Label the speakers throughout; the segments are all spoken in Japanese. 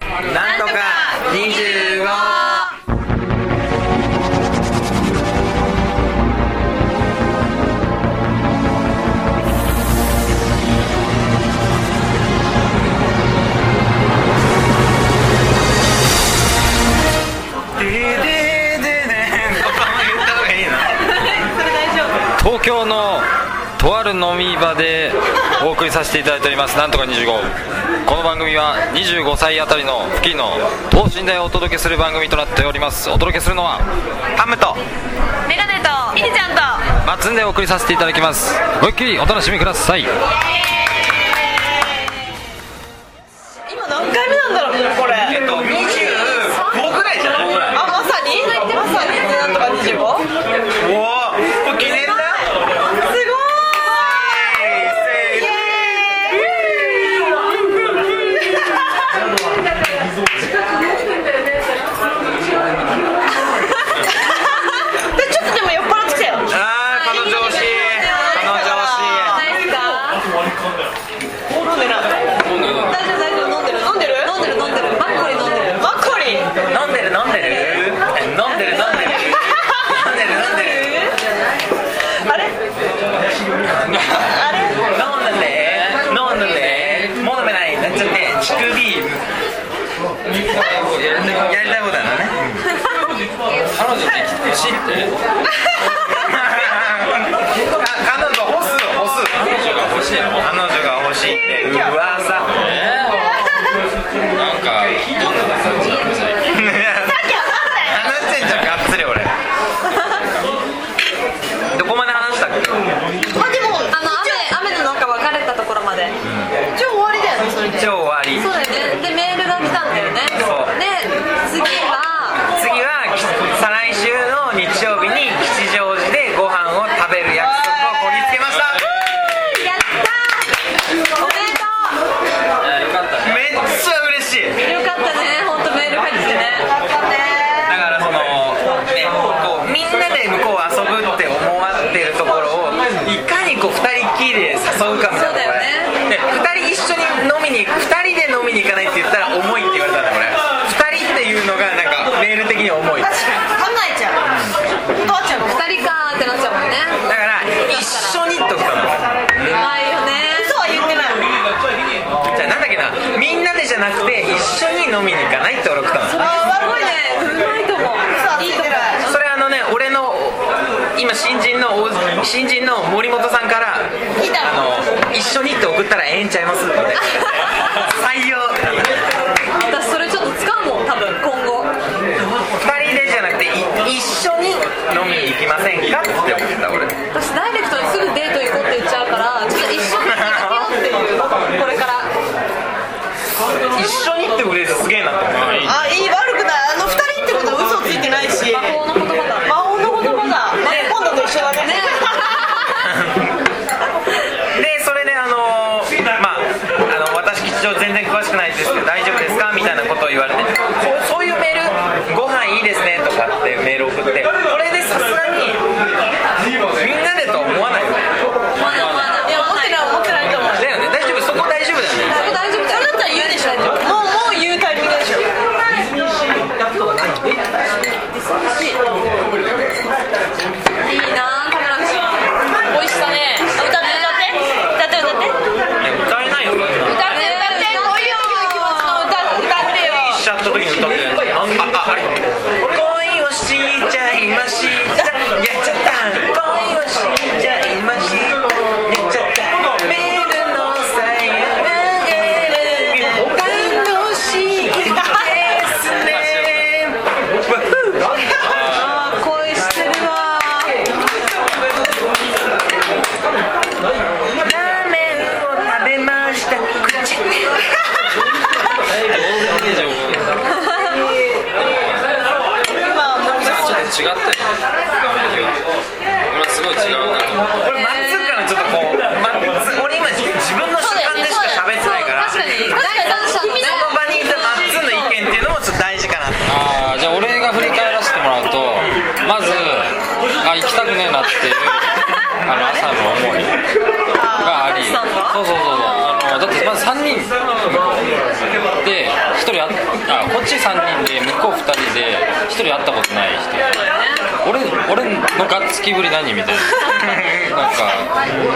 Speaker 1: なんとか25
Speaker 2: 東京のとある飲み場でお送りさせていただいておりますなんとか25この番組は25歳あたりの付近の等身大をお届けする番組となっておりますお届けするのはハムと
Speaker 3: メガネとイリちゃんと
Speaker 2: マッツンでお送りさせていただきますごゆっくりお楽しみください
Speaker 3: 今何回目なんだろうねこれ
Speaker 1: えっと25ぐらいじゃない
Speaker 3: あまさにまさになんとか 25? すご
Speaker 1: おおこれ記念だ
Speaker 3: いイエーイ
Speaker 1: あーこの調子この調子
Speaker 3: でちょっとでも酔っ払ってきたよ飲んでない大丈夫大丈夫飲んでる飲んでる飲んでる飲んでるマッコリ飲んでるマッコリ
Speaker 1: 飲んでる飲んでる飲んでる飲んでる飲んでる飲んでる
Speaker 3: あれあれ
Speaker 1: 飲んで飲んでもう飲めないなっちゃって乳首やりたいことなのね
Speaker 2: 彼女できてほしいって
Speaker 1: 彼女欲す欲す彼女が欲しい彼女が欲しいって噂
Speaker 2: なんか
Speaker 1: 話してんじゃんがっつり俺どこまで話したっけ
Speaker 3: まあでもあの雨雨の中別れたところまで、一応終わりだよねそれで
Speaker 1: 一応終わり
Speaker 3: そうだよねでメールが来たんだよね
Speaker 1: そう
Speaker 3: で次は
Speaker 1: 次はき再来週の日曜日に吉祥寺でご飯を食べる約束をこぎつけました
Speaker 3: やったーおめでと
Speaker 1: めっちゃ嬉しいう
Speaker 3: よかったね本当メール入ってきてねよかった
Speaker 1: だ
Speaker 3: ね
Speaker 1: からそのねこうみんなで向こう遊ぶって思わってるところをいかにこう二人っきりで誘うかみたいな
Speaker 3: そうだよね
Speaker 1: ね二人一緒に飲みに二人で飲みに行かないって言ったら重いって言われたんだこれ二人っていうのがなんかメール的に重いだ
Speaker 3: 確かに考えちゃうとわちゃんも2人かーってなっちゃうもんね
Speaker 1: から一緒にときたの
Speaker 3: うまいよね嘘は言ってない
Speaker 1: じゃあなんだっけなみんなでじゃなくて一緒に飲みに行かないって俺送ったの
Speaker 3: あーすごいねうまいと思ういいと思う
Speaker 1: それあのね俺の今新人の大新人の森本さんから
Speaker 3: いいだろ
Speaker 1: あの一緒にって送ったらええんちゃいますって採用ってなった
Speaker 3: 私それちょっと使うもん多分今後
Speaker 1: 二人でじゃなくてい一緒に飲みに行きませんかって送った俺
Speaker 3: 私ダイレクトにすぐデート行こうって言っちゃうからちょっと一緒に行けよっていうこれから
Speaker 1: 一緒にってフレーズすげえなって思う
Speaker 4: あいい悪くないあの二人ってことは嘘ついてないし
Speaker 3: 魔法の言葉だ
Speaker 4: 魔法の言葉だ今度と一緒だね
Speaker 3: ね
Speaker 1: でそれであのまああの私吉祥全然詳しくないですけど大丈夫ですかみたいなことを言われてこうそういうメールご飯いいですねとかってメール送ってこれでさすがにみんなでとは思わないよね
Speaker 3: まだまだ
Speaker 4: いや思ってない思ってないと思う
Speaker 1: だよね大丈夫そこ大丈夫だよね
Speaker 3: そこ大丈夫だよそれだったら言うでしょ
Speaker 4: もうもう言うタイミングでしょ
Speaker 3: いいなカメラ君美味しさね歌って歌って歌って歌って
Speaker 1: ね歌えないよ
Speaker 3: 歌って歌って歌って歌ってよ
Speaker 1: しちゃった時に歌ってあああれ恋をしちゃいましたやっちゃった恋をしちゃいましたやっちゃったメールのさよならが楽しいですね
Speaker 3: あー恋してるわ
Speaker 1: ラーメンを食べました口
Speaker 2: 違ったよ今すごい違うなと思って
Speaker 1: これマッツンからちょっとこうマッツン俺今自分の主観でしか喋ってないから
Speaker 3: 確かに確かに
Speaker 1: その場にいたマッツンの意見っていうのもちょっと大事かなって
Speaker 2: あーじゃあ俺が振り返らせてもらうとまずあ行きたくねえなっていうあの朝の思いがありそうそうそうそうあのだってまず3人で1人ああこっち3人で向こう2人で1人会ったことない人俺俺のガッツキぶり何みたいななんか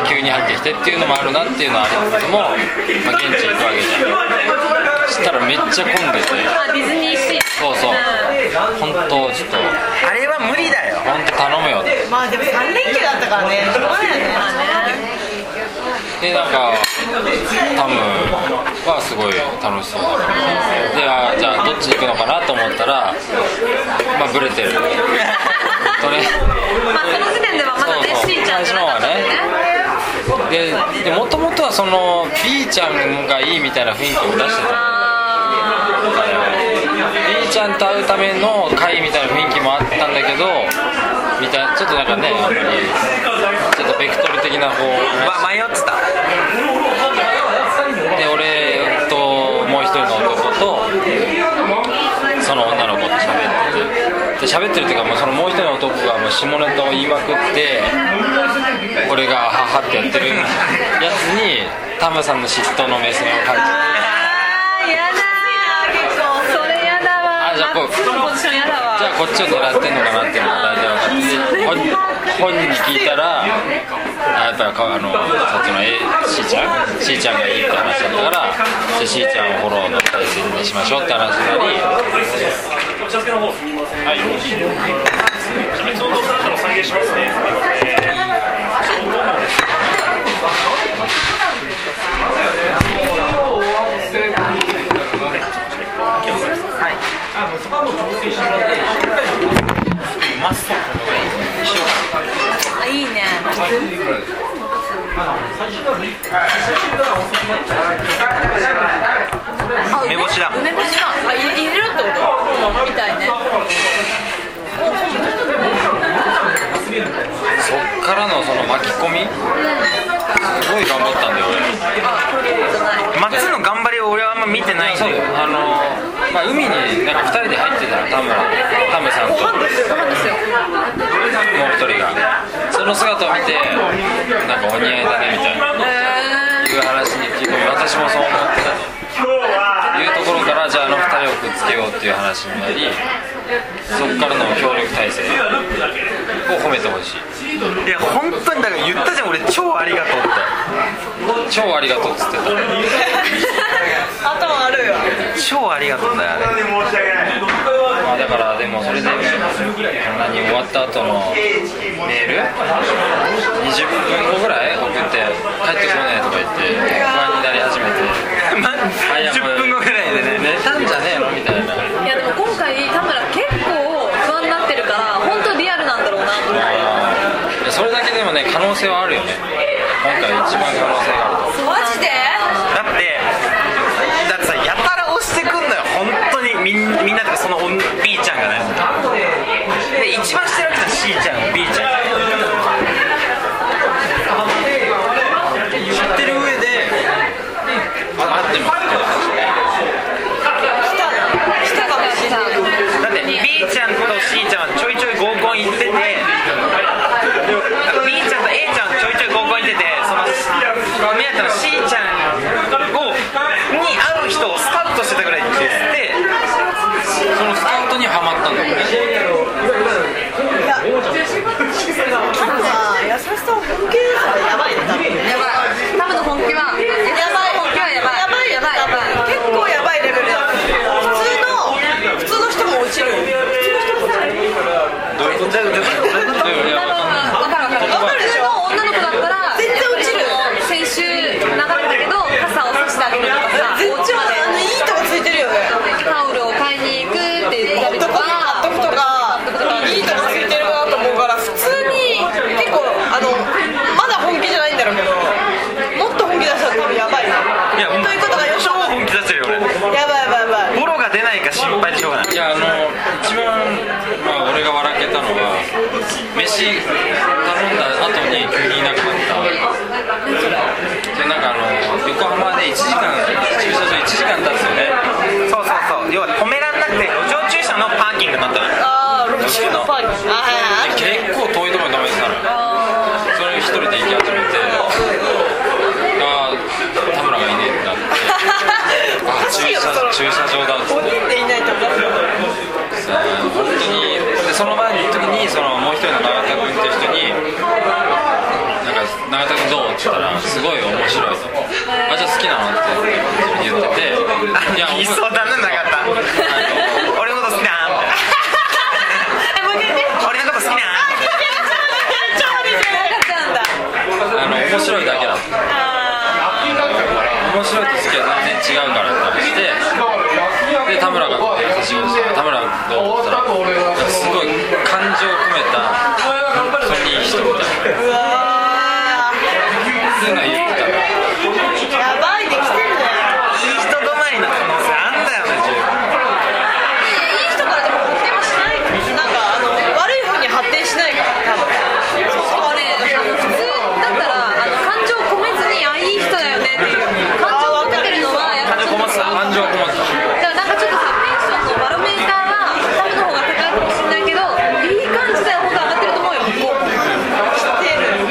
Speaker 2: 急に入ってきてっていうのもあるなっていうのはありつつも、まあ、現地行くわけじゃんしたらめっちゃ混んでて
Speaker 5: まあディズニーシー
Speaker 2: そうそう本当ちょっと
Speaker 1: あれは無理だよ
Speaker 2: 本当頼むよって
Speaker 4: まあでも3連休だったからねしょうがないよね
Speaker 2: でなんかタムはすごい楽しそうだったであじゃあどっちに行くのかなと思ったらまあブレてるとね
Speaker 5: まあその時点ではまだね
Speaker 2: そうそう
Speaker 5: しーちゃんじゃなかったんでね
Speaker 2: ででもともとはその B ちゃんがいいみたいな雰囲気を出してた
Speaker 5: あ
Speaker 2: B ちゃんと会うための会みたいな雰囲気もあったんだけどみたいなちょっとなんかねやっぱりちょっとベクトル的な方
Speaker 1: わ迷ってた
Speaker 2: で俺ともう一人の男とその女の子と喋っててで喋ってるっていうかもうそのもう一人の男がもう下ネタを言いまくって俺がハハってやってるやつにタムさんの嫉妬の目線を感じて
Speaker 5: あーやだー結構それやだわ
Speaker 2: あじゃあこう
Speaker 5: マックスのポジションやだわ
Speaker 2: じゃあこっちを狙ってんのかなっていうのが大体分かって本本人に聞いたらあやっぱりかあのさっきのえしーちゃんしーちゃんがいいって話だったからじゃあしーちゃんをフォローの対戦にしましょうって話になり
Speaker 5: あいいねあ
Speaker 1: 梅干しだ
Speaker 5: 梅干しだあ入れ入れるってことみたいね
Speaker 2: そっからのその巻き込みすごい頑張ったんだよ俺
Speaker 1: 松の頑張りを俺はあんま見てないん
Speaker 2: そう
Speaker 1: だよ
Speaker 2: あのまあ、海になんか2人で入ってたの田村田村さんともう1人がその姿を見てなんかお似合いだねみたいないう話に聞いて私もそう思ってたというところからじゃああの2人をくっつけようっていう話になりそっからの協力体制を褒めてほしい
Speaker 1: いや本当にだから言ったじゃん俺超ありがとうって
Speaker 2: 超ありがとうっつってた
Speaker 4: 頭悪いわ
Speaker 1: 超ありがとうだよあれ
Speaker 2: まあだからでもそれで何終わった後のメール20分後ぐらい送って帰ってこないとか言って不安になり始めて
Speaker 1: ま
Speaker 2: あいやもう
Speaker 1: 10分後ぐらいでね
Speaker 2: 寝たんじゃねえのみたいない
Speaker 5: やでも今回田村結構不安になってるから本当リアルなんだろうなと思って
Speaker 2: いやそれだけでもね可能性はあるよね今回一番可能性があ
Speaker 5: マ
Speaker 2: ると
Speaker 5: ジで
Speaker 1: だってだってさやたら押してくんのよ本当にみんみんなとかそのおん B ちゃんがねで一番してるわけじゃん C ちゃん B ちゃん知ってる上で
Speaker 2: あ待ってみ
Speaker 4: 来たな来たかもしれない
Speaker 1: だって B ちゃんと C ちゃんはちょいちょい合コン行ってて B ちゃんと A ちゃんはちょいちょい合コン行っててその目当ての C ちゃんをに会う人をスカウトしてたぐらいですで
Speaker 2: そのスカウトにはまったんだよね
Speaker 4: 多分は優しさを本気でやばいね多分
Speaker 5: やばい田村の本気はやばい本気はやばい
Speaker 4: やばい
Speaker 5: やばいやばい
Speaker 4: 結構やばいレベルだ普通の普通の人も落ちる普通の人も落ちる
Speaker 2: どういうことどういうこといやわかんない
Speaker 5: わかるわかる
Speaker 4: わかるでしょ
Speaker 5: 普通の女の子だったら
Speaker 4: 全然落
Speaker 5: 先
Speaker 4: ちる
Speaker 5: 週流れたけど傘を差してあげるとかさ
Speaker 4: 全然落ちるあのいいとこついてるよね
Speaker 5: タオルを買いに行くって言ったり
Speaker 4: ど
Speaker 5: と
Speaker 4: こに
Speaker 5: か
Speaker 4: 買っとくとかいいとこついてるなと思うから普通に結構あのまだ本気じゃないんだろうけどもっと本気出したら多分やばいない
Speaker 1: いやもう
Speaker 4: ということが予想
Speaker 1: 本気出してるよ俺
Speaker 4: やばいやばいやばい
Speaker 1: ボロが出ないか心配でしょうがない
Speaker 2: いやあの一番、まあ、俺が笑けたのは飯頼んだ後に急にいなくなったでなんかあの横浜で1時間駐車場1時間経つよね
Speaker 1: そうそうそう要は止められなくて路上駐車のパーキングになったのよ
Speaker 4: ああロッキーのパンあはいはい
Speaker 2: 結構遠いところに止めてたのよそれを一人で行き始めてああ田村がいねえってなってあ
Speaker 4: おかしいよその
Speaker 2: 駐車駐車場だっつって
Speaker 4: 5人でいな
Speaker 2: 本当にでその前の時にそのもう一人の永田君って人になんか「永田君どう?」って言ったら「すごい面白い」と「あじゃあ好きなの?」って言ってて「いや
Speaker 1: 言いそうだななかった俺の こと好きなみたいな俺のこと好きな
Speaker 2: あの面白いだけだ」面白いと好きは全然違うからって話してで田村が優しいことしたら田村どうって言ったらすごい感情を込めた本当にいい人みたいなっていうのは
Speaker 1: い
Speaker 2: 言ってた
Speaker 1: い人止まりの可能性あんだよね十分
Speaker 2: 感情こもってた感情こもってた
Speaker 3: だからなんかちょっとさテンションのバロメーターは多分の方が高いかもしれないけどいい感じで本当上がってると思うよも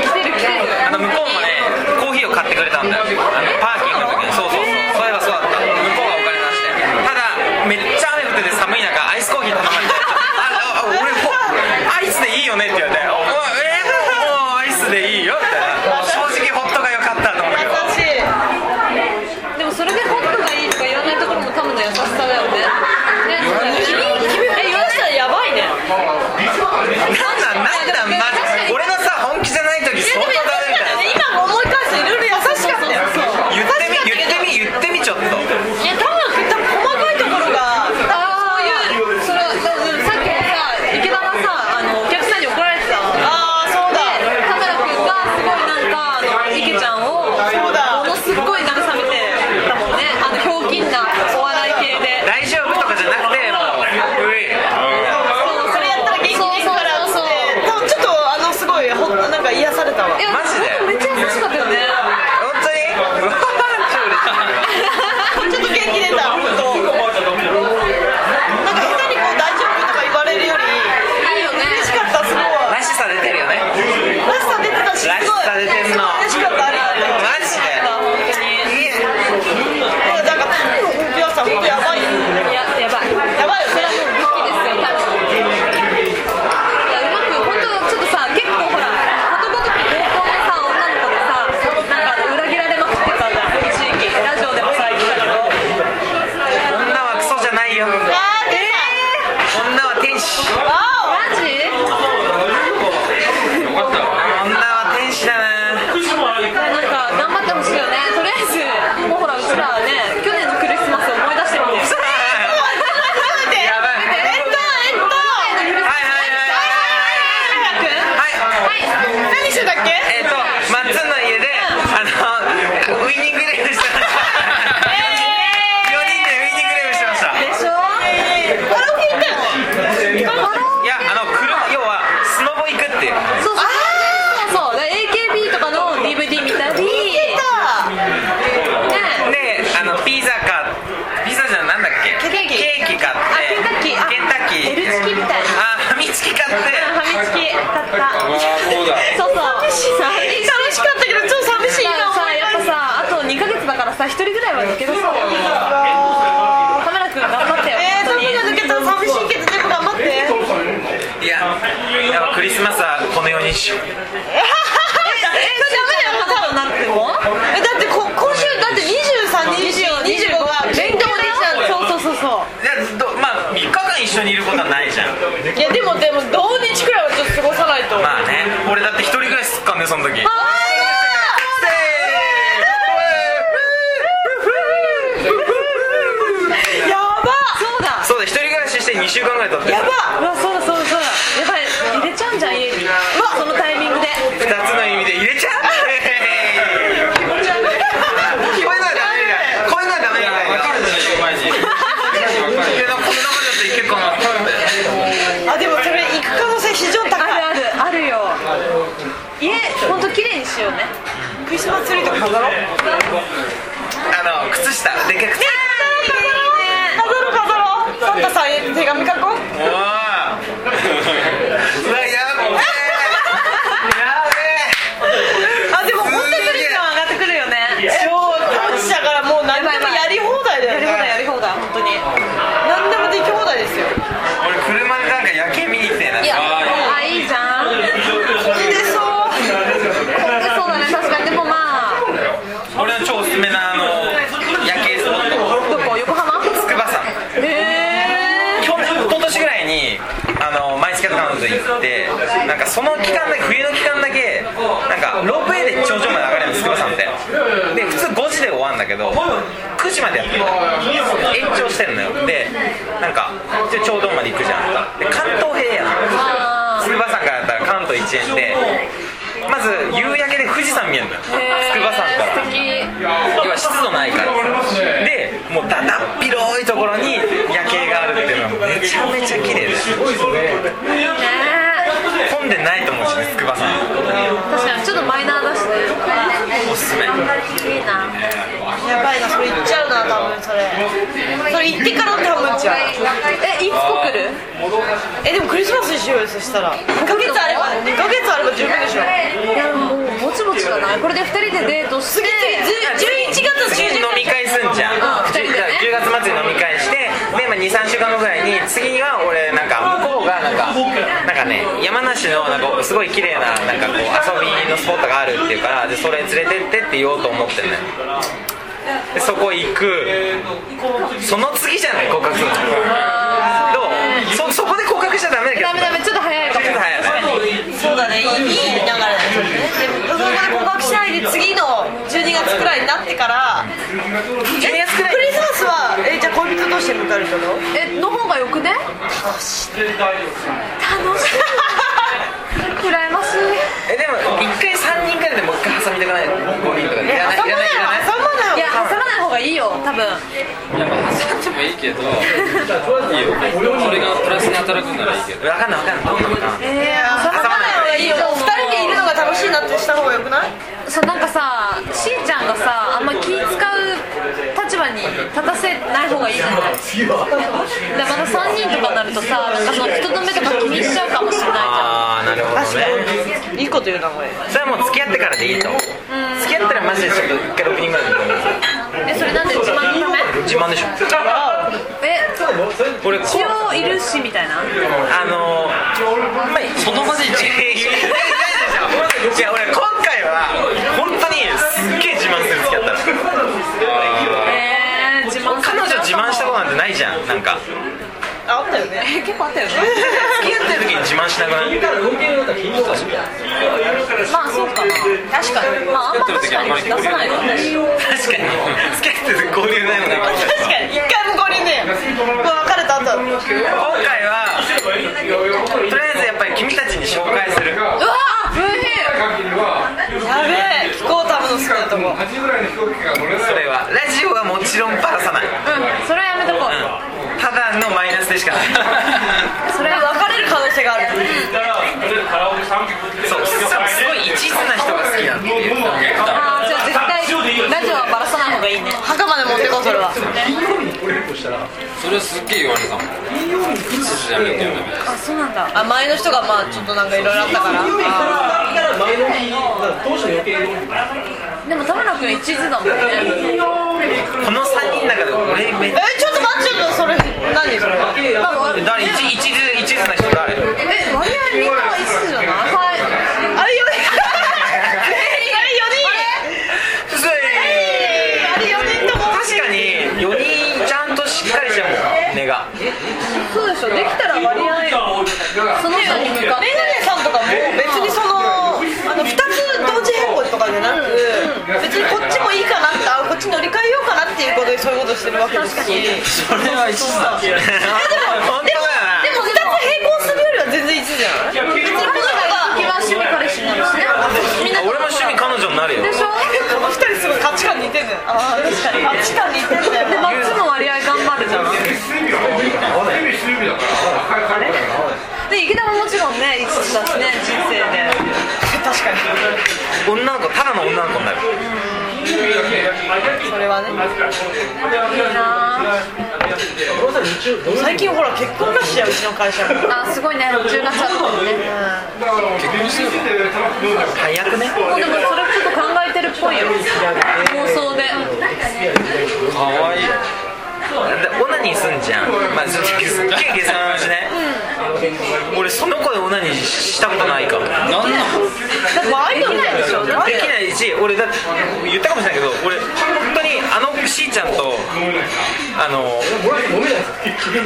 Speaker 3: う来てる来てる
Speaker 1: あの向こうもねコーヒーを買ってくれたんだよあのパーキングの時にそうそうそうそういえばそうだった向こうがお金出してただめっちゃ雨降ってて寒い中アイスコーヒー頼まれてあああ俺ほアイスでいいよねって言われておえーもうアイスでいいよみたいなもう正直ホットが良かったと思うけど
Speaker 3: でもそれでホットがいいとか言わないところも多分の優しさだよねね
Speaker 2: 言わないでしょ
Speaker 1: なんだなんだマジ俺のさ本気じゃない時相当だねみたいな言ってみ言ってみ言ってみちょっと
Speaker 4: いや多分多分細かいところ
Speaker 3: あ
Speaker 4: が
Speaker 3: あそういうそれはうんさっきもさ池田がさあのお客さんに怒られてたの
Speaker 4: ああそう
Speaker 3: 田村君がすごいなんかあ
Speaker 4: だ
Speaker 3: の池ちゃんをものすごい慰めてたもんねあのひょうきんなお笑い系で
Speaker 1: 大丈夫とかじゃなくてもううい
Speaker 4: それやったら元気ないからっつ
Speaker 3: そ
Speaker 4: って
Speaker 3: う
Speaker 4: 多分ちょっとあのすごいほんとなんか癒されたわ
Speaker 3: いや
Speaker 1: マジで
Speaker 3: 本当めっちゃ優しかったよね
Speaker 1: 本当にうわ
Speaker 4: ちょっと元気出たほんとなんか下手にこう大丈夫とか言われるより
Speaker 3: いいよね
Speaker 4: 嬉しかったすごい
Speaker 1: らしさ出てるよね
Speaker 4: らしさ出てたしすごい
Speaker 1: らしさ出てんの
Speaker 4: 嬉しかったありがとう
Speaker 1: マジでいい
Speaker 4: なんかタンの本気はさほんとやばいよ
Speaker 3: いややばい
Speaker 4: やばいよね
Speaker 3: 武器ですよ多分いやうまく本当ちょっとさ結構ほらことごとく高校のさ女の子でさなんかあの裏切られまくってたじゃん一時期ラジオでもさ言ってたけど
Speaker 1: 女はクソじゃないよ女
Speaker 4: あー出た
Speaker 1: は天使
Speaker 4: わ
Speaker 3: マジ
Speaker 2: よかったわ
Speaker 1: 女は天使だな
Speaker 3: なんか頑張ってほしいよねとりあえずもうほらうちらはね去年のクリスマスを思い出してるもんね
Speaker 1: やばい
Speaker 4: おえっとえっと
Speaker 1: はいはいはいはいはい
Speaker 4: 何してたっけ
Speaker 1: えっとマッツンの家であのウイニングレーブしてました4人でウイニングレーブしてました
Speaker 3: でしょ
Speaker 4: カラオケ行ったよ
Speaker 1: い
Speaker 4: ね
Speaker 1: やあの車要はスノボ行くっていう
Speaker 3: そうそうそうそうで AKB とかの DVD 見たりね
Speaker 1: であのピザかピザじゃんなんだっけ
Speaker 4: ケー
Speaker 1: ケーキ
Speaker 4: キ
Speaker 1: 買って
Speaker 3: あケンタッキーあ
Speaker 1: ケンタッキー
Speaker 3: L チキみたいな
Speaker 1: あファミチキ買って
Speaker 3: ファミチキ買った
Speaker 2: あそうだ
Speaker 3: そうそう寂し
Speaker 4: 楽しかったけど超寂しい
Speaker 3: さ
Speaker 4: な
Speaker 3: さやっぱさあと2ヶ月だからさ1人ぐらいは抜けるさ田村君頑張ってよ
Speaker 4: えー、そんなの抜けたら寂しいけどでも頑張って
Speaker 1: いややっぱクリスマスはこの世にしよう
Speaker 3: ダメだよなっても
Speaker 4: えだってこ今週だって23日25は勉強できたんだよ
Speaker 3: そうそうそうそう
Speaker 1: いやどまあ3日間一緒にいることはないじゃん
Speaker 4: いやでもでも同日くらいはちょっと過ごさないと
Speaker 1: まあね俺だって一人暮らしすっかんねその時せー
Speaker 4: やば
Speaker 3: そうだ
Speaker 1: そうだ一人暮らしして2週間ぐらい経ってる
Speaker 4: やば
Speaker 3: うわそうだそうだそうだやばい入れちゃうんじゃん家にそのタイミングで
Speaker 1: 2つの意味で入れちゃう聞こえないダメだこういうのはダメだ
Speaker 2: 分かるでしょ前に分かる
Speaker 1: いやなんかこの中だったらいけるかなと思って
Speaker 4: あでもそれ行く可能性非常に高
Speaker 3: あ
Speaker 4: い
Speaker 3: るあるあるよ家ほんと綺麗にしようね
Speaker 4: クリスマスツリーとか飾ろう
Speaker 1: あの靴下でっかい靴
Speaker 4: 飾ろう飾ろうサンタさんへ手紙書こう
Speaker 1: おーうわやべえや
Speaker 4: あでも本当に
Speaker 1: べえ
Speaker 3: 上がってくるよね
Speaker 4: 超楽しだからもう何でもやり放題だよね
Speaker 3: やり放題やり放題
Speaker 4: 本当に何でもでき放題ですよ
Speaker 1: 俺車でだってなんかその期間だけ冬の期間だけなんかロープウェイで頂上まで上がれるの筑波山ってで普通5時で終わるんだけど9時までやってるの延長してんのよでなんかで頂上まで行くじゃんあんたで関東平野筑波山からだったら関東一円でまず夕焼けで富士山見えるのよ筑波山から
Speaker 5: 素敵
Speaker 1: 要は湿度ないからでもうだだっ広いところに夜景があるっていうのはめちゃめちゃ綺麗です
Speaker 3: ね
Speaker 1: 混んでないと思うしね筑波山
Speaker 3: 確かにちょっとマイナーだしね
Speaker 1: おすすめ
Speaker 3: いいな
Speaker 4: やばいなそれ行っちゃうな多分それそれ行ってから多分行っちゃう
Speaker 3: えいつ来る
Speaker 4: えでもクリスマスにしようよそしたら2ヶ月あれば2ヶ月あれば十分でしょ
Speaker 3: いやもうもちもちじゃないこれで2人でデートして
Speaker 4: 11月中
Speaker 1: 次
Speaker 4: 旬
Speaker 1: 飲み会すんじゃん
Speaker 3: うん二人でね
Speaker 1: 10月末に飲み会してで、まあ、23週間後ぐらいに次は俺なんか向こうがなんかなんかね山梨のなんかすごい綺麗ななんかこう遊びのスポットがあるっていうからでそれ連れてってって言おうと思ってんのよでそこ行くその次じゃない告白するのどうそそこで告白しちゃダメだけど
Speaker 3: ダメダメちょっと早いかも
Speaker 1: ちょっと早いね
Speaker 4: そうだねいい流れだねそれねでそこで告白しないで次の12月くらいになってから12月くらいクリスマスはえじゃあ恋人同士で迎えるってこと
Speaker 3: えの方がよくね楽しい羨ましい
Speaker 1: えでも一回3人ぐらいでもう一回挟みたくないの5人とかでいらない
Speaker 4: 挟まない
Speaker 1: いらないいらない
Speaker 4: 挟
Speaker 3: いや挟
Speaker 4: まない
Speaker 3: まない方がいいよ多分
Speaker 2: いやまあ挟んでもいいけどいいよそれがプラスに働くんならいいけど
Speaker 1: 分かんない分かんないどうなのかな
Speaker 4: えー挟まない方がいいよ二人でいるのが楽しいなってした方がよくない
Speaker 3: さなんかさしーちゃんがさあんま気使う立場に立たせない方がいいじゃないでまた3人とかになるとさなんかその人の目とか気にしちゃうかもしれないじゃ
Speaker 1: あ
Speaker 3: ん
Speaker 1: あなるほどね
Speaker 4: いいこと言うなこれ
Speaker 1: それはもう付き合ってからでいいと付き合ったらマジでちょっと1回6人ぐらいで飲む
Speaker 3: えそれなんで自慢の
Speaker 1: 自慢で
Speaker 3: ため
Speaker 1: しょ
Speaker 3: え
Speaker 1: 俺こ
Speaker 3: 一応いるしみたいな
Speaker 1: あのー、まあ、その場で一いやいやいやいやいや俺今回は本当にすっげえ自慢する付き合ったら
Speaker 3: えー、自慢
Speaker 1: 彼女自慢したことなんてないじゃんなんか
Speaker 4: ああったよね結構あったよね
Speaker 1: 付き合ってる時に自慢しなくない
Speaker 3: まあそうかな確かにまああんま確かに出さないよね
Speaker 1: 確かに付き合ってる交流ないもんね
Speaker 4: 確かに一回もこれねもう別れた後だっ
Speaker 1: 今
Speaker 4: た
Speaker 1: 回はとりあえずやっぱり君たちに紹介する
Speaker 3: うわーブヒ
Speaker 4: やべえ聞こう多分の好きなとこ
Speaker 1: それはラジオはもちろんばらさない
Speaker 3: うんそれはやめとこう
Speaker 1: ただのマイナスでしかない
Speaker 4: それは別れる可能性がある
Speaker 1: そうすごい一途な人が好きなの
Speaker 3: ああじゃあ絶対ラジオはバラさない方がいいね
Speaker 4: 墓まで持ってこうそれは
Speaker 2: それはすっげえ言われたもん筋じゃめてよ
Speaker 3: あそうなんだ
Speaker 4: あ前の人がまあちょっとなんかいろいろあったから
Speaker 3: でも田村君一途だもんね
Speaker 1: この3人の中で俺めっちゃ
Speaker 4: えちょっと待ってちょっとそれ何それ
Speaker 1: 誰一一途一途な人誰
Speaker 3: え割合みんなは一途じゃないはい
Speaker 4: あれよねあれ4人あれ4人とも
Speaker 1: 確かに4人ちゃんとしっかりしてるもん根が
Speaker 3: そうでしょできたら割合その人に向かっ
Speaker 4: メガネさんとかも別にそのあの2つ同時並行とかじゃなく別にこっちもいいかなってあこっち乗り換えようかなっていうことでそういうことしてるわけですし
Speaker 1: それは一途だ本当だ
Speaker 4: で
Speaker 1: よな
Speaker 4: も2つ並行するよりは全然一緒じゃない
Speaker 3: て彼女が一番趣味彼氏になるしねみんな
Speaker 1: 俺も趣味彼女になるよ
Speaker 3: でしょ
Speaker 4: この2人すごい価値観似てんだよああ確かに価値観似てんだよ
Speaker 3: でマッチも割合頑張るじゃんで池田ももちろんね一途だしね人生で
Speaker 4: 確かに
Speaker 1: 女の子ただの女の子になる
Speaker 4: それはね
Speaker 3: いいなあ
Speaker 4: 最近ほら結婚ラッシュやうちの会社も
Speaker 3: あすごいね10月あったもんね
Speaker 1: 早くね
Speaker 3: もうでもそれちょっと考えてるっぽいよ妄想で
Speaker 2: かわいい
Speaker 1: だオナニーすんじゃんまあちょっとすっげえ下世話な話ね、俺その子でオナニーしたことないから
Speaker 2: なんなん
Speaker 4: でもアイドルなんでしょ
Speaker 1: できないし俺だって言ったかもしれないけど俺本当にあのしーちゃんとあの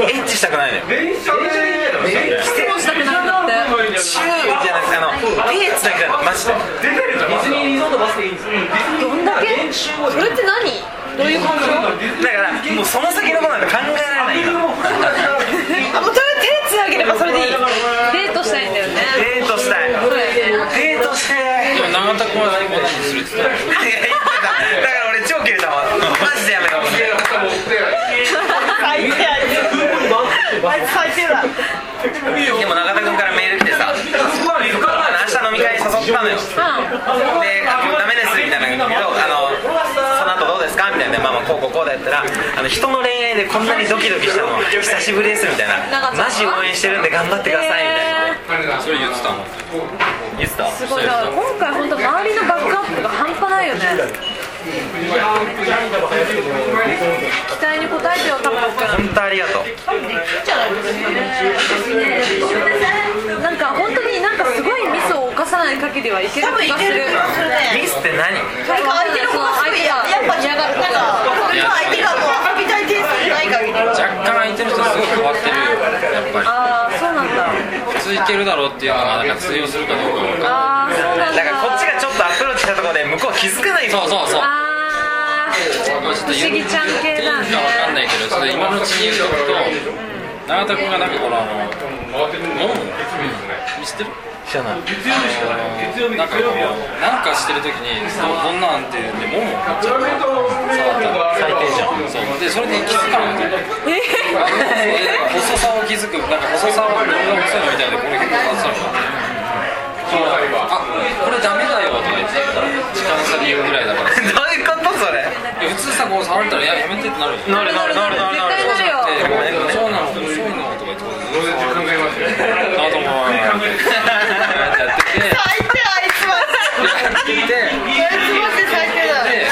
Speaker 1: エッチしたくないのよ
Speaker 3: したくないんだって
Speaker 1: しシューじゃなくてあの手つなぎたいのマジで
Speaker 3: どんだけそれって何どういう感情
Speaker 1: だからもうその先のことなんか考えられない今
Speaker 4: あもうとりあえず手つなげればそれでいい
Speaker 3: デートしたいんだよね
Speaker 1: デートしたいデートしていや
Speaker 2: 永田君は何も何するって言っ
Speaker 1: 言って
Speaker 2: て
Speaker 1: ただから俺超キレたわマジでやめろ
Speaker 4: 最低あいつあいつ最低だ
Speaker 1: でも永田君からメール来てさ明日飲み会誘ったのよであもうダメですみたいなの言うけどあのその後どうですかみたいなまあまあこうこうこうだやったらあの人の恋愛でこんなにドキドキしたの久しぶりですみたいなマジ応援してるんで頑張ってくださいみたいな
Speaker 2: たそれ言ってたもん
Speaker 1: 言ってた
Speaker 3: すごいだから今回本当周りのバックアップが半端ないよね期待に応えてよ田村君
Speaker 1: 本当ありがとう
Speaker 3: なんか本当になんかすごいミスを犯さない限りはいける
Speaker 4: 多分
Speaker 3: 気
Speaker 4: い
Speaker 3: がす
Speaker 4: け
Speaker 3: る
Speaker 4: るそれね
Speaker 1: ミスって何
Speaker 4: なんか相手の子がすごいややっぱ嫌がるなんかそれと相手がもう遊びたい点数ない限り
Speaker 2: 若干相手の人すごい変わってるよやっぱり
Speaker 3: ああそうなんだ
Speaker 2: 普通いけるだろうっていうのがなんか通用するかどう
Speaker 3: ああ
Speaker 2: か分かんない
Speaker 3: そうなんだ
Speaker 1: だからこっちがちょっとアプローチしたところで向こうは気づかない
Speaker 2: そうそうそう
Speaker 3: あ
Speaker 2: まあちょ
Speaker 3: あ
Speaker 2: っ
Speaker 3: 不
Speaker 2: と
Speaker 3: 思議ちゃん系だ
Speaker 2: いいか分かんな
Speaker 3: ね
Speaker 2: いけどちょっと今のうちに言うとと永田君がなんかこのあのモモ知ってる
Speaker 1: 知らない
Speaker 2: なんかこうなんかしてる時にどどんなんって言ってモモを持っちゃった触ったら
Speaker 1: 最低じゃん
Speaker 2: そうでそれで気づかなくて細さを気づくなんか細さを俺が細いのみたいでこれ結構刺さるなあこれダメだよとか言ってたら時間差で言うぐらいだか
Speaker 1: ど
Speaker 2: ら
Speaker 1: ういうことそれ
Speaker 2: いや普通さこう触ったらいややめてってなるじゃん
Speaker 1: なるなるなるなるなる
Speaker 3: 絶対なるよ
Speaker 2: でそうなのそういうのとか言ってあともうやってて
Speaker 4: 相手あいつはあい
Speaker 2: 聞いて
Speaker 4: つマジで最低だ
Speaker 2: で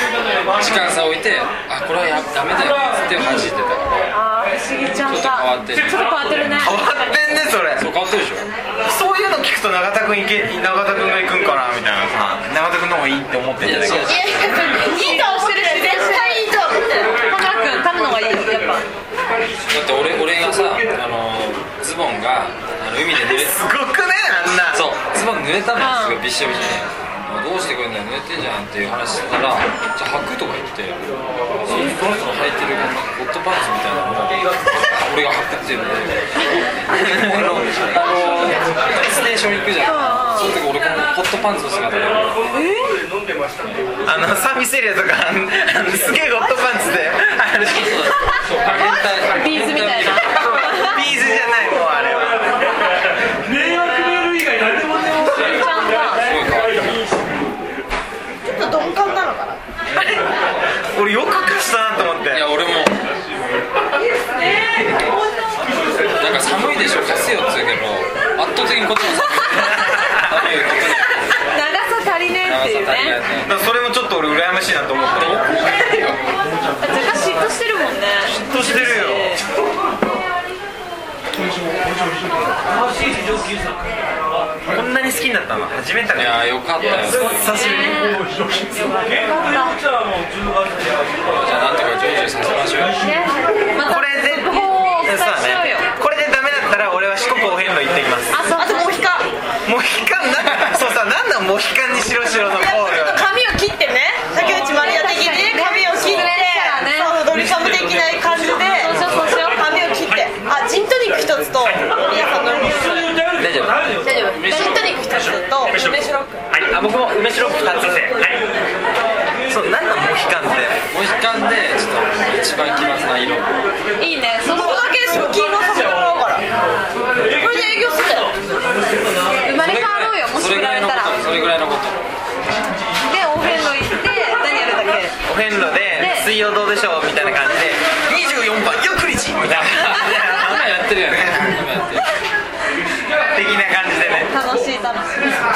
Speaker 2: 時間差置いてあこれはやダメだよって弾いてたから
Speaker 3: あー不思議ちゃんが
Speaker 2: ちょっと変わってる
Speaker 3: ちょっと変わってるね
Speaker 1: 変わってんねそれ
Speaker 2: そう変わってるでしょ
Speaker 1: そういうの聞くと永田君いけ永田君が行くんかなみたいなさ永田君の方がいいって思ってんじゃないか
Speaker 2: いや違う
Speaker 4: いやいいと思ってるし絶対いいと思ってる
Speaker 3: 田村君食べのがいいよやっぱ
Speaker 2: だって俺俺がさあのズボンがあの海で濡れ
Speaker 1: すごくねあんな
Speaker 2: そうズボン濡れたのよす
Speaker 3: う
Speaker 2: ごいびっしょびしょであどうしてくれんだよ濡れてんじゃんっていう話してたらじゃあ履くとか言ってそうこの人の履いてるホットパンツみたいなのを俺が履くっていうのであのあのステーション行くじゃんその時俺このホットパンツの姿で
Speaker 1: あのサービスエリアとかあのあのすげえゴッドパンツであれ
Speaker 2: そう変
Speaker 3: ビ
Speaker 2: 態
Speaker 3: ーズみたいな
Speaker 1: ビーズじゃないもうあれは
Speaker 3: ちゃんが
Speaker 2: すごい可愛い
Speaker 4: ちょっと鈍感なのかな
Speaker 1: 俺よく貸したなと思って
Speaker 2: いや俺もなんか寒いでしょ貸せよっつうけど圧倒的にこっちも寒い寒いことに
Speaker 3: 長さ足りねえっていうね
Speaker 1: だからそれもちょっと俺羨ましいなと思って
Speaker 3: 若干嫉妬してるもんね
Speaker 1: 嫉妬してるよこんなに好きになったの初めてだ
Speaker 2: い
Speaker 1: ね
Speaker 2: やーよかったよ
Speaker 1: 久しぶりに
Speaker 2: じゃあなんとか成就させましょうよ
Speaker 3: ねまた
Speaker 1: これで
Speaker 3: 続報をお伝えし
Speaker 1: そう
Speaker 3: ようよ
Speaker 1: だねこれでダメだったら俺は四国お遍路行ってきます
Speaker 3: あそう
Speaker 4: あとモヒカ
Speaker 1: モヒカンなんそうさなんなんモヒカンにしろしろのコール
Speaker 4: 髪を切ってね竹内まりや的にね髪を切ってそうドリカム的な感じで
Speaker 3: そうしよう
Speaker 4: 髪を切ってあジントニック一つと皆さん飲みます
Speaker 1: 大丈夫
Speaker 4: 大丈夫ジントニック一つと梅シロック
Speaker 1: はいあ僕も梅シロップ2つではいそうなんなんモヒカンって
Speaker 2: もう一回でちょっと一番奇抜な色
Speaker 3: いいねその
Speaker 4: ここだけですよ金色させてもらうからこれで営業すんだよ
Speaker 3: 生まれ変わろうよもし
Speaker 2: そ
Speaker 3: 振
Speaker 2: れぐ
Speaker 3: ら
Speaker 2: ら
Speaker 3: れ
Speaker 2: いの
Speaker 3: たら
Speaker 2: ことそれぐらいのこと
Speaker 3: でお遍路行って何やるんだっけ
Speaker 1: お遍路で
Speaker 3: ね
Speaker 1: 水曜どうでしょうみたいな感じで24番よくりちみたいな
Speaker 2: 今やってるよね今やってる
Speaker 1: 的な感じでね
Speaker 3: 楽しい楽しいじゃあ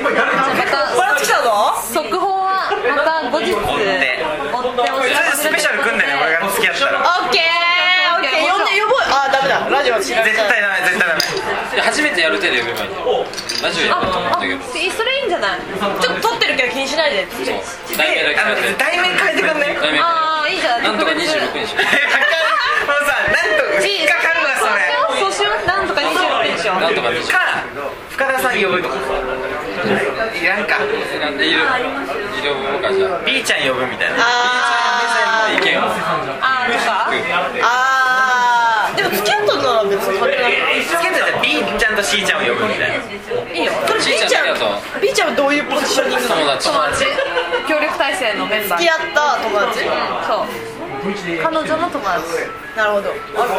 Speaker 4: これ
Speaker 3: ま
Speaker 4: は来たぞ
Speaker 3: た速報はまた後日追ってお
Speaker 1: そ
Speaker 3: 知
Speaker 1: れ
Speaker 3: ら
Speaker 1: で
Speaker 3: せす
Speaker 1: ス
Speaker 3: る
Speaker 1: ペシャル組んだよね俺が付き合ったら
Speaker 4: オッケーオッケー呼んで呼ぼうあダメだラジオは知ら
Speaker 1: 絶対ダメ絶対ダメ
Speaker 2: で初めてやる手で呼べばいいラジオやろうと思っ
Speaker 3: あ
Speaker 2: た
Speaker 3: あ
Speaker 2: けど
Speaker 3: えそれいいんじゃない
Speaker 4: ちょっと撮ってるけど気にしないで
Speaker 2: そう題名
Speaker 1: で
Speaker 2: だ
Speaker 1: あの
Speaker 2: け変えて
Speaker 1: 題名変えてくんね
Speaker 2: 題名
Speaker 3: ああいいじゃ
Speaker 2: 変えてなんとか
Speaker 3: 特別
Speaker 2: 26にしよ
Speaker 1: あかんもうさなんと
Speaker 3: いい
Speaker 1: 引っかかるわそれ
Speaker 3: そうしようそうしようなんとか26にしよう
Speaker 2: うなんとか26
Speaker 1: かさん呼ぶとかいらんか
Speaker 6: で、いる。いるもかじゃあ。
Speaker 1: B ちゃん呼ぶみたいな
Speaker 4: あ
Speaker 6: 意見を。
Speaker 3: あーとか
Speaker 4: ーあーでも付き合っとんなら別に関係ない
Speaker 1: つけんだったら B ちゃんと C ちゃんを呼ぶみたいない
Speaker 3: いよ
Speaker 4: それ B ちゃん B ちゃんはどういうポジショニングなの
Speaker 6: 友達。
Speaker 3: 友達協力体制のメンバー
Speaker 4: 付き合った友達
Speaker 3: そう彼女の友達
Speaker 4: なるほど悪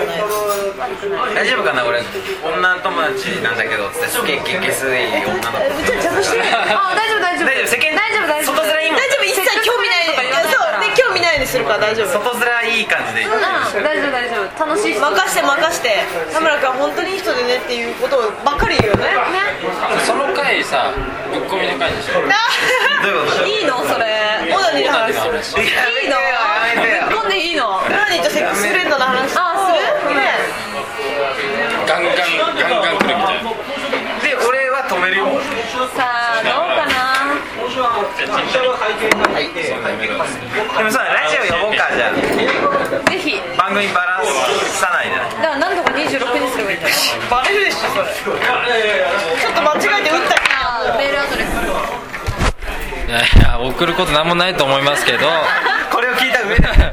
Speaker 4: くない
Speaker 1: 大丈夫かな俺女友達なんだけどっつってすげえゲゲスい女の子
Speaker 4: えうちは邪魔してない
Speaker 3: あ大丈夫大丈夫
Speaker 1: 大丈夫世間
Speaker 3: 大丈夫大丈夫
Speaker 1: 外面いいもん
Speaker 4: 大丈夫一切興味ない
Speaker 3: とか言わないから
Speaker 4: そうで興味ないようにするから大丈夫
Speaker 1: 外面いい感じでいい
Speaker 3: うん大丈夫大丈夫楽しい人
Speaker 4: 任して任して田村君は本当にいい人でねっていうことばっかり言うよね
Speaker 6: その回さ、ぶっ込みの回にしよう。
Speaker 1: どういうこと
Speaker 3: いいのそれ
Speaker 4: オナニーの
Speaker 6: 何
Speaker 4: 話
Speaker 6: の話
Speaker 1: いや
Speaker 3: いいの
Speaker 1: やめてよ
Speaker 3: ぶっこんでいいの
Speaker 4: オナニーとセックスフレンドの話する
Speaker 3: あそう
Speaker 4: ね
Speaker 6: ガンガン、ガンガン来るみたいな。
Speaker 1: で俺は止めるよ
Speaker 3: さあどうかな
Speaker 1: でもさラジオ呼ぼうかじゃ
Speaker 3: ぜひ
Speaker 1: あ番組バラさないで
Speaker 3: だから何度か26にすればいいんだよ
Speaker 4: バレるでしょそれちょっと間違えて打ったけ
Speaker 3: あーメールアドレス
Speaker 2: いやいや送ることなんもないと思いますけど、
Speaker 1: これを聞いた上でね えよ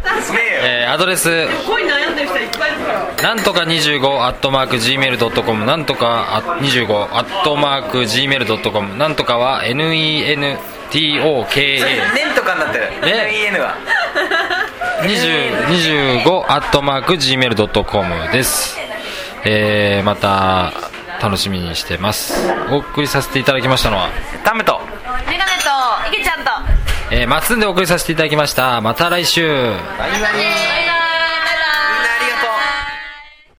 Speaker 2: えーアドレス
Speaker 4: ど恋悩んでる人いっぱいいるから
Speaker 2: なんとか25アットマーク Gmail.com なんとかあ25アットマーク Gmail.com なんとかは NENTOKA25
Speaker 1: 年とかになってる
Speaker 2: ね
Speaker 1: NEN は
Speaker 2: アットマーク Gmail.com です、えーまた楽しみにしてますお送りさせていただきましたのは、
Speaker 1: タムと
Speaker 3: メガネとイケちゃんと
Speaker 2: えー、松んでお送りさせていただきましたまた来週
Speaker 3: またねー